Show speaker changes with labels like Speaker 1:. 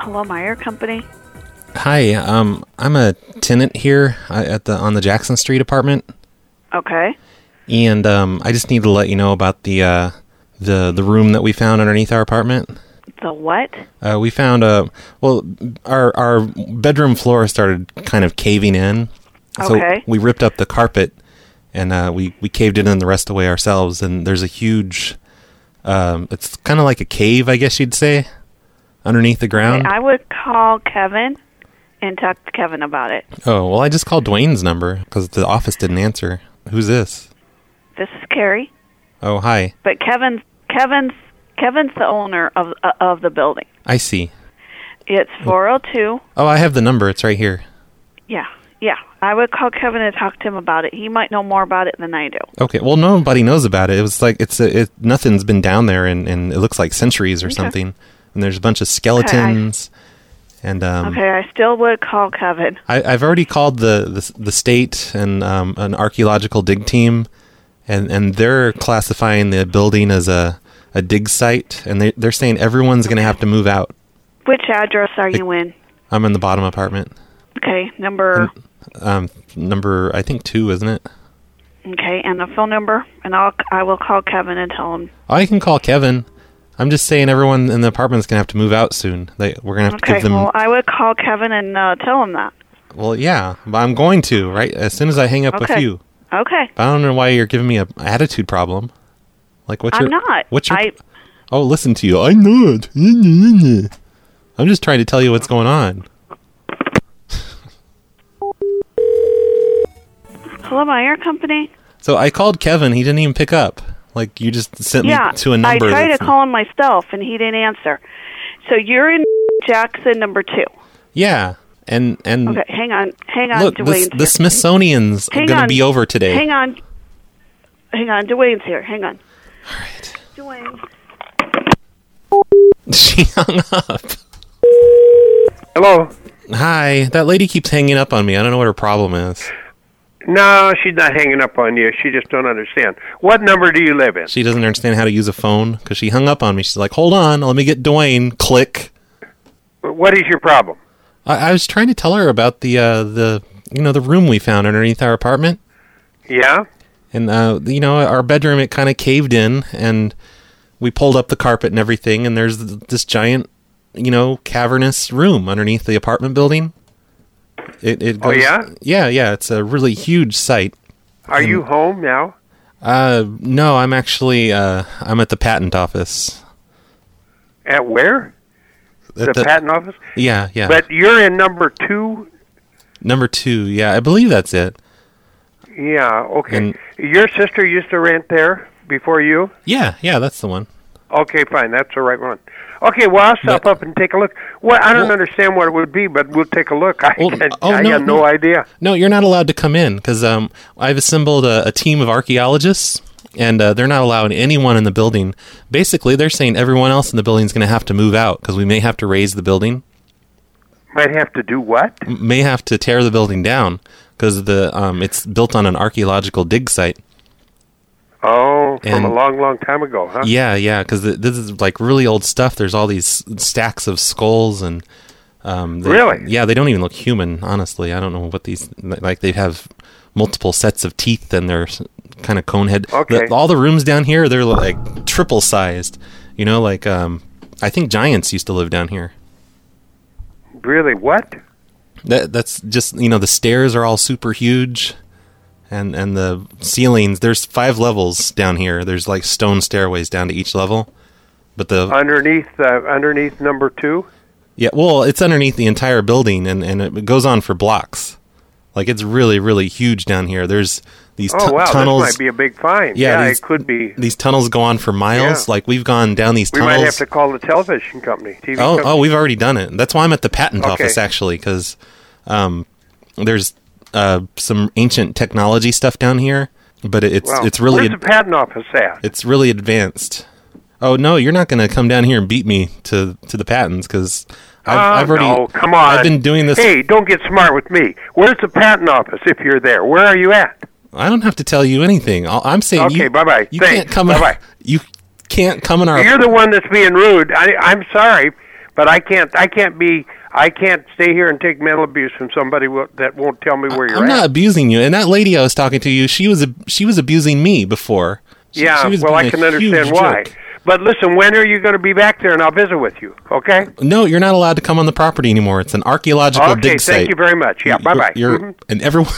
Speaker 1: Hello, Meyer Company.
Speaker 2: Hi, um, I'm a tenant here uh, at the on the Jackson Street apartment,
Speaker 1: Okay.
Speaker 2: and um, I just need to let you know about the uh, the the room that we found underneath our apartment.
Speaker 1: The what?
Speaker 2: Uh, we found a well, our our bedroom floor started kind of caving in, so
Speaker 1: Okay.
Speaker 2: we ripped up the carpet and uh, we we caved it in the rest of the way ourselves. And there's a huge, um, it's kind of like a cave, I guess you'd say, underneath the ground.
Speaker 1: I would call Kevin and talk to Kevin about it.
Speaker 2: Oh, well, I just called Dwayne's number because the office didn't answer. Who's this?
Speaker 1: This is Carrie,
Speaker 2: Oh, hi.
Speaker 1: but Kevin's Kevin's Kevin's the owner of uh, of the building.
Speaker 2: I see.
Speaker 1: It's 402.
Speaker 2: Oh, I have the number. It's right here.
Speaker 1: Yeah. Yeah. I would call Kevin and talk to him about it. He might know more about it than I do.
Speaker 2: Okay. Well, nobody knows about it. It was like it's a, it nothing's been down there, and and it looks like centuries or something. And there's a bunch of skeletons, and um,
Speaker 1: Okay, I still would call Kevin.
Speaker 2: I, I've already called the the, the state and um, an archaeological dig team, and and they're classifying the building as a a dig site, and they they're saying everyone's going to have to move out.
Speaker 1: Which address are you in?
Speaker 2: I'm in the bottom apartment.
Speaker 1: Okay, number.
Speaker 2: um, number I think two, isn't it? Mm.
Speaker 1: Okay, and the phone number, and I'll I will call Kevin and tell him.
Speaker 2: I can call Kevin. I'm just saying everyone in the apartment's gonna have to move out soon. They, we're gonna have to
Speaker 1: Okay,
Speaker 2: give them.
Speaker 1: well,
Speaker 2: Well,
Speaker 1: I would call Kevin and uh, tell him that.
Speaker 2: yeah, but I'm going to right as soon as I hang up
Speaker 1: Okay.
Speaker 2: with you.
Speaker 1: Okay,
Speaker 2: I don't know why you're giving me a attitude problem. Like what's
Speaker 1: I'm
Speaker 2: your?
Speaker 1: not.
Speaker 2: What's your?
Speaker 1: I
Speaker 2: oh, listen to you. I'm not. I'm just trying to tell you what's going on.
Speaker 1: hello, my air company.
Speaker 2: So I called Kevin. He didn't even pick up. Like you just sent
Speaker 1: Yeah,
Speaker 2: me to a number.
Speaker 1: I tried to
Speaker 2: that's-
Speaker 1: call him myself, and he didn't answer. So you're in Jackson number two.
Speaker 2: Yeah, and and
Speaker 1: Okay, hang on, hang on,
Speaker 2: look,
Speaker 1: Dwayne's
Speaker 2: the, the
Speaker 1: here.
Speaker 2: Smithsonian's
Speaker 1: Hang
Speaker 2: gonna
Speaker 1: on.
Speaker 2: be over today.
Speaker 1: Hang on, hang on, Dwayne's here. Hang on,
Speaker 2: All right.
Speaker 1: Dwayne.
Speaker 2: She hung up.
Speaker 3: Hello.
Speaker 2: Hi, that lady keeps hanging up on me. I don't know what her problem is.
Speaker 3: No, she's not hanging up on you. She just don't understand. What number do you live in?
Speaker 2: She doesn't understand how to use a phone because she hung up on me. She's like, "Hold on, let me get Dwayne." Click.
Speaker 3: What is your problem?
Speaker 2: I, I was trying to tell her about the uh, the you know the room we found underneath our apartment,
Speaker 3: Yeah.
Speaker 2: and uh, you know our bedroom it kind of caved in, and we pulled up the carpet and everything, and there's th- this giant you know cavernous room underneath the apartment building. It it
Speaker 3: Oh,
Speaker 2: goes,
Speaker 3: yeah?
Speaker 2: yeah yeah it's a really huge site.
Speaker 3: Are
Speaker 2: Hmm.
Speaker 3: you home now?
Speaker 2: Uh, no, I'm actually uh, I'm at the patent office.
Speaker 3: At where?
Speaker 2: At
Speaker 3: the, patent office.
Speaker 2: Yeah, yeah.
Speaker 3: But you're in number two.
Speaker 2: Number two, yeah, I believe that's it.
Speaker 3: Yeah. Okay.
Speaker 2: And-
Speaker 3: your sister used to rent there before you.
Speaker 2: Yeah, yeah, that's the one.
Speaker 3: Okay, fine. That's the right one. Okay. Well, I'll stop
Speaker 2: But-
Speaker 3: up and take a look. Well, I don't
Speaker 2: Well-
Speaker 3: understand what it would be, but we'll take a look. I,
Speaker 2: Well,
Speaker 3: can't-
Speaker 2: oh,
Speaker 3: I
Speaker 2: no,
Speaker 3: got no,
Speaker 2: no.
Speaker 3: idea.
Speaker 2: No, you're not allowed to come in because um, I've assembled a, a team of archaeologists, and uh, they're not allowing anyone in the building. Basically, they're saying everyone else in the building is going to have to move out because we may have to raise the building,
Speaker 3: Might have to do what?
Speaker 2: m- may have to tear the building down because the um, it's built on an archaeological dig site.
Speaker 3: Oh, from
Speaker 2: And-
Speaker 3: a long, long time ago, huh?
Speaker 2: Yeah, yeah, because this is like really old stuff. There's all these stacks of skulls and um, they-
Speaker 3: Really?
Speaker 2: yeah, they don't even look human. Honestly, I don't know what these like. They have multiple sets of teeth and they're kind of cone head.
Speaker 3: Okay.
Speaker 2: The- all the rooms down here they're like triple sized. You know, like um, I think giants used to live down here.
Speaker 3: Really? What?
Speaker 2: That that's just you know the stairs are all super huge, and and the ceilings. There's five levels down here. There's like stone stairways down to each level, but the
Speaker 3: Underneath, uh, underneath number two.
Speaker 2: Yeah, well, it's underneath the entire building, and, and it goes on for blocks. Like it's really, really huge down here. There's these
Speaker 3: Oh
Speaker 2: tu-
Speaker 3: wow,
Speaker 2: tunnels.
Speaker 3: this might be a big find.
Speaker 2: Yeah, these-
Speaker 3: it could be.
Speaker 2: These tunnels go on for miles.
Speaker 3: Yeah.
Speaker 2: Like we've gone down these
Speaker 3: We
Speaker 2: tunnels.
Speaker 3: might have to call the television company. TV
Speaker 2: oh,
Speaker 3: company.
Speaker 2: oh, we've already done it. That's why I'm at the patent
Speaker 3: Okay.
Speaker 2: office actually, because um, there's uh, some ancient technology stuff down here, but it, it's
Speaker 3: Wow.
Speaker 2: it's really
Speaker 3: Where's the patent office at?
Speaker 2: it's really advanced. Oh no, you're not going to come down here and beat me to to the patents because I've, I've
Speaker 3: Oh,
Speaker 2: already
Speaker 3: no, come on.
Speaker 2: I've been doing this.
Speaker 3: Hey, don't get smart with me. Where's the patent office? If you're there, where are you at?
Speaker 2: I don't have to tell you anything. All, I'm saying you.
Speaker 3: Okay, bye-bye.
Speaker 2: You
Speaker 3: Thanks.
Speaker 2: can't come. In,
Speaker 3: Bye-bye.
Speaker 2: you can't come in our.
Speaker 3: You're the one that's being rude. I, I'm sorry, But I can't. I can't be. I can't stay here and take mental abuse from somebody wo- that won't tell me where you're
Speaker 2: I'm not
Speaker 3: at.
Speaker 2: abusing you. And that lady I was talking to you, she was ab- she was abusing me before. She-
Speaker 3: yeah.
Speaker 2: she was
Speaker 3: well, I
Speaker 2: being a
Speaker 3: can understand
Speaker 2: huge
Speaker 3: why.
Speaker 2: jerk.
Speaker 3: But listen, when are you going to be back there, and I'll visit with you. Okay.
Speaker 2: No, you're not allowed to come on the property anymore. It's an archaeological
Speaker 3: Okay.
Speaker 2: dig
Speaker 3: Thank
Speaker 2: site.
Speaker 3: you very much. Yeah. Mm-hmm. Bye bye.
Speaker 2: You're, you're- and everyone